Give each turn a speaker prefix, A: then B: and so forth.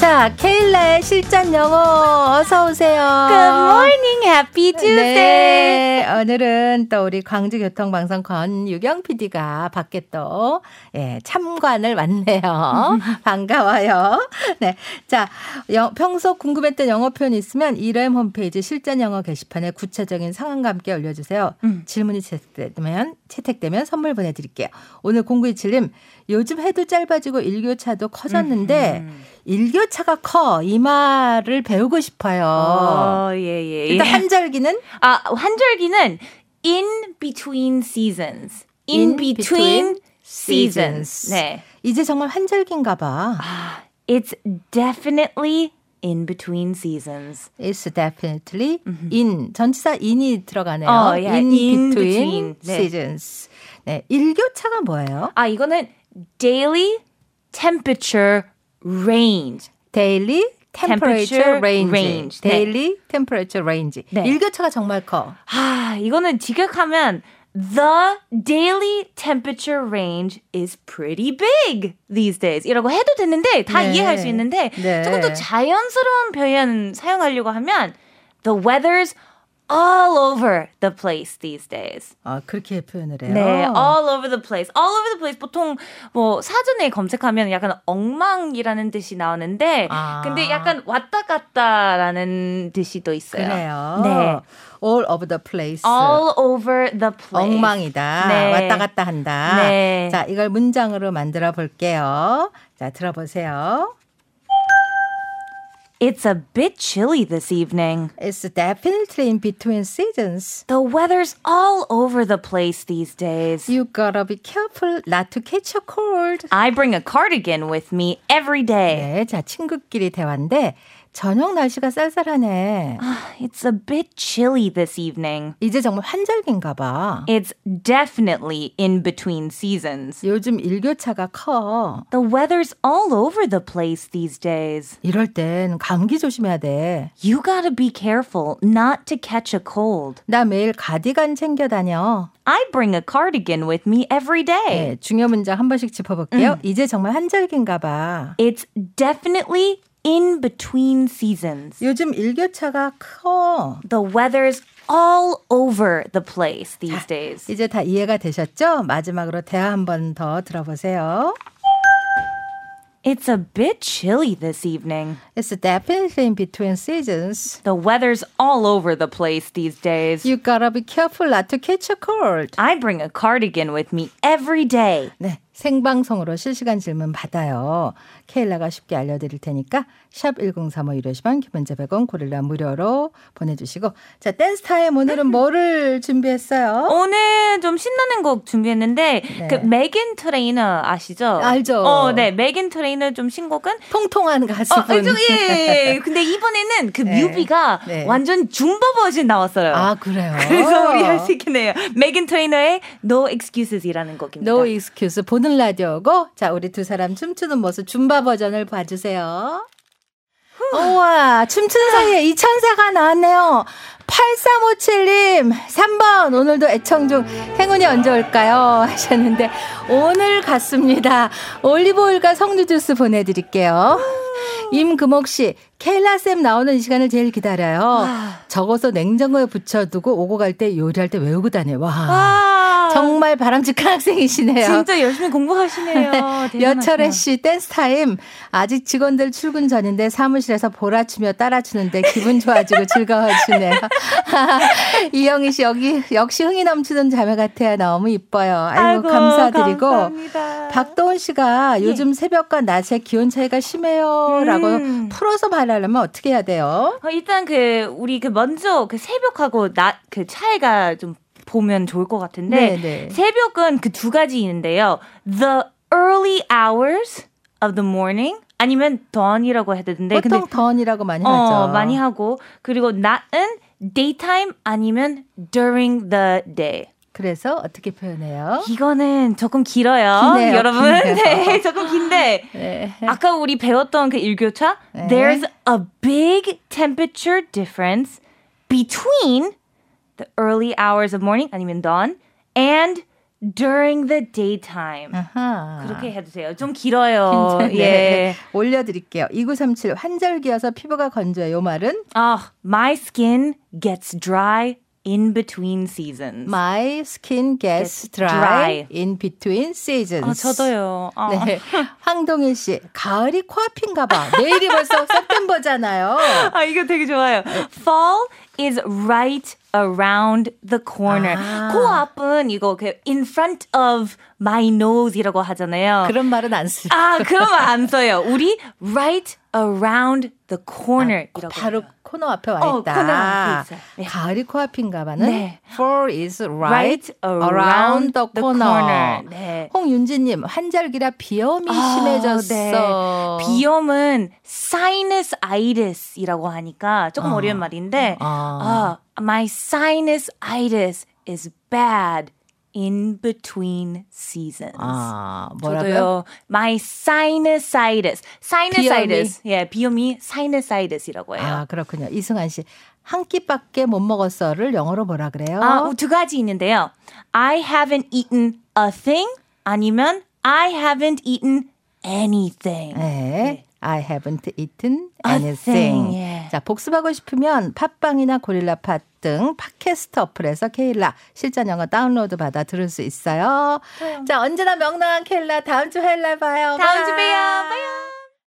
A: 자, 케일라의 실전 영어 어서 오세요.
B: Good morning, happy Tuesday.
A: 네, 오늘은 또 우리 광주교통방송 권유경 PD가 밖에 또 예, 참관을 왔네요. 반가워요. 네, 자 영- 평소 궁금했던 영어 표현 이 있으면 이램 홈페이지 실전 영어 게시판에 구체적인 상황과 함께 올려주세요.
B: 음.
A: 질문이 채택되면 채택되면 선물 보내드릴게요. 오늘 0927님 요즘 해도 짧아지고 일교차도 커졌는데 일교차가 커 이 말을 배우고 싶어요.
B: 어, 예, 예.
A: 일단 한절기는
B: 아, 한절기는 in between seasons. In,
A: In
B: between,
A: between
B: seasons.
A: seasons.
B: 네.
A: 이제 정말 한절기인가 봐.
B: 아, It's definitely in between seasons.
A: It's definitely in 전치사 in이 들어가네요.
B: 어, 예.
A: in,
B: In
A: between,
B: between. 네.
A: seasons. 네, 일교차가 뭐예요?
B: 아, 이거는 daily temperature range.
A: Daily temperature
B: Temperature
A: range.
B: range. 네.
A: Daily temperature range.
B: 네.
A: 일교차가 정말 커.
B: 아, 이거는 직역하면 The daily temperature range is pretty big these days. 이라고 해도 되는데 다
A: 네.
B: 이해할 수 있는데
A: 네.
B: 조금 더 자연스러운 표현 사용하려고 하면 The weather's all over the place these days.
A: 아, 그렇게 표현을 해요.
B: 네, all over the place. all over the place. 보통 뭐 사전에 검색하면 약간 엉망이라는 뜻이 나오는데
A: 아.
B: 근데 약간 왔다 갔다라는 뜻이 또 있어요.
A: 그래요.
B: 네.
A: All over the place.
B: all over the place.
A: 엉망이다.
B: 네.
A: 왔다 갔다 한다.
B: 네.
A: 자, 이걸 문장으로 만들어 볼게요. 자, 들어보세요.
B: It's a bit chilly this evening.
A: It's definitely in between seasons.
B: The weather's all over the place these days.
A: You gotta be careful not to catch a cold.
B: I bring a cardigan with me every
A: 네,
B: day.
A: 자, 친구끼리 대화인데 저녁 날씨가 쌀쌀하네.
B: It's a bit chilly this evening.
A: 이제 정말 환절기인가 봐.
B: It's definitely in between seasons.
A: 요즘 일교차가 커.
B: The weather's all over the place these days.
A: 이럴 땐 감기 조심해야 돼.
B: You gotta be careful not to catch a cold.
A: 나 매일 가디건 챙겨 다녀.
B: I bring a cardigan with me every day.
A: 네, 중요 문장 한 번씩 짚어볼게요. 이제 정말 환절기인가 봐.
B: It's definitely in between seasons.
A: 요즘 일교차가 커.
B: The weather's all over the
A: Ah.
B: place these days.
A: 이제 다 이해가 되셨죠? 마지막으로 대화 한 번 더 들어보세요.
B: It's a bit chilly this evening.
A: It's definitely in between seasons.
B: The weather's all over the place these days.
A: You gotta be careful not to catch a cold.
B: I bring a cardigan with me every day.
A: 네, 생방송으로 실시간 질문 받아요. 케일라가 쉽게 알려드릴 테니까 샵 1035 유료시반 김은재 100원 고릴라 무료로 보내주시고 자 댄스 타임 오늘은 뭐를 준비했어요?
B: 오늘 좀 신나는 곡 준비했는데 그 메긴 트레이너 아시죠?
A: 네. 알죠.
B: 어, 네. 메긴 트레이너 좀 신곡은
A: 통통한
B: 어,
A: 가수분.
B: 좀, 예, 예, 예. 근데 이번에는 그
A: 네.
B: 뮤비가
A: 네.
B: 완전 줌버 버전 나왔어요.
A: 아 그래요?
B: 그래서 우리 할 수 있긴 해요. 메긴 트레이너의 No Excuses이라는 곡입니다.
A: No E- excuse 보는 라디오고 자 우리 두 사람 춤추는 모습 줌바 버전을 봐주세요. 우와 춤추는 사이에 이 천사가 나왔네요. 8357님 3번 오늘도 애청 중 행운이 언제 올까요 하셨는데 오늘 갔습니다. 올리브오일과 석류 주스 보내드릴게요. 임금옥 씨 케일라 쌤 나오는 이 시간을 제일 기다려요.
B: 아.
A: 적어서 냉장고에 붙여두고 오고 갈 때 요리할 때 외우고 다녀. 와.
B: 와,
A: 아, 정말 바람직한 학생이시네요.
B: 아. 진짜 열심히 공부하시네요.
A: 여철의 씨 댄스 타임 아직 직원들 출근 전인데 사무실에서 보라치며 따라추는데 기분 좋아지고 즐거워지네요. 이영희 씨 여기 역시 흥이 넘치는 자매 같아요. 너무 이뻐요. 아이고, 감사드리고
B: 박
A: 박도훈
B: 예.
A: 씨가 요즘 새벽과 낮의 기온 차이가 심해요라고
B: 음.
A: 풀어서 말하려면 어떻게 해야 돼요?
B: 어, 일단 그 우리 그 먼저 그 새벽하고 낮 그 차이가 좀 보면 좋을 것 같은데
A: 네, 네.
B: 새벽은 그 두 가지 있는데요. The early hours of the morning 아니면 dawn이라고 해야 되는데
A: 보통 던이라고 많이
B: 네, 어,
A: 하죠.
B: 많이 하고 그리고 낮은 daytime 아니면 during the day.
A: 그래서 어떻게 표현해요?
B: 이거는 조금 길어요,
A: 기네요,
B: 여러분.
A: 기네요.
B: 네, 조금 긴데
A: 네.
B: 아까 우리 배웠던 그 일교차
A: 네.
B: There's a big temperature difference between the early hours of morning 아니면 dawn and during the daytime.
A: 아하.
B: 그렇게 해주세요. 좀 길어요.
A: 괜찮네.
B: 예.
A: 올려드릴게요. 2937 환절기여서 피부가 건조해. 요 말은
B: 아, my skin gets dry in between seasons.
A: My skin gets
B: Gets
A: dry,
B: dry.
A: in between seasons.
B: 아, 저도요. 아.
A: 네. 황동일 씨, 가을이 코앞인가 봐. 내일이 벌써 셉템버잖아요.
B: 아, 이거 되게 좋아요. Fall is right around the corner.
A: 아.
B: 코앞은 이거 그 in front of my nose이라고 하잖아요.
A: 그런 말은 안 쓰.
B: 아, 그러면 안 써요. 우리 right around the corner 아, 이라고.
A: 아, 바로 코너 앞에 와 있다.
B: 어, 코너 앞에 있어요. 네.
A: 가을이 코앞인가 봐는
B: 네.
A: fall is right,
B: Right
A: around the corner.
B: 네.
A: 홍윤지님 환절기라 비염이
B: 아,
A: 심해졌어.
B: 네. 비염은 sinus itis이라고 하니까 조금
A: 어.
B: 어. 려운 말인데
A: 아.
B: 아, my sinus itis is bad in between seasons.
A: 아, 뭐라고요?
B: 저도요. My sinusitis. Sinusitis. 예, 비염이 sinusitis이라고 해요.
A: 아 그렇군요. 이승환 씨 한 끼밖에 못 먹었어를 영어로 뭐라 그래요?
B: 아, 어, 두 가지 있는데요. I haven't eaten a thing 아니면 I haven't eaten anything.
A: 네. I haven't eaten
B: A
A: anything.
B: thing, 아, 네. 예.
A: 자, 복습하고 싶으면 팟빵이나 고릴라팟 등 팟캐스트 어플에서 케일라 실전 영어 다운로드 받아 들을 수 있어요. 자, 언제나 명랑한 케일라 다음 주 화요일 날 봐요.
B: 다음 주
A: Bye.
B: 봬요. 바이요.